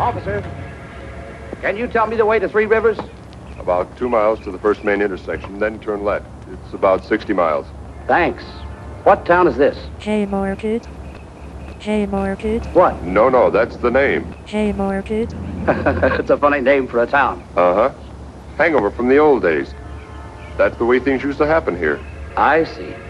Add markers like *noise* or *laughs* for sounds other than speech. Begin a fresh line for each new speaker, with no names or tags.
Officer, can you tell me the way to Three Rivers?
About two miles to the first main intersection, then turn left. It's about 60 miles.
Thanks. What town is this?
Haymarket. Haymarket.
What? *laughs*
No, no, that's the name.
Haymarket.
it's a funny name for a town.
Uh huh. Hangover from the old days. That's the way things used to happen here.
I see.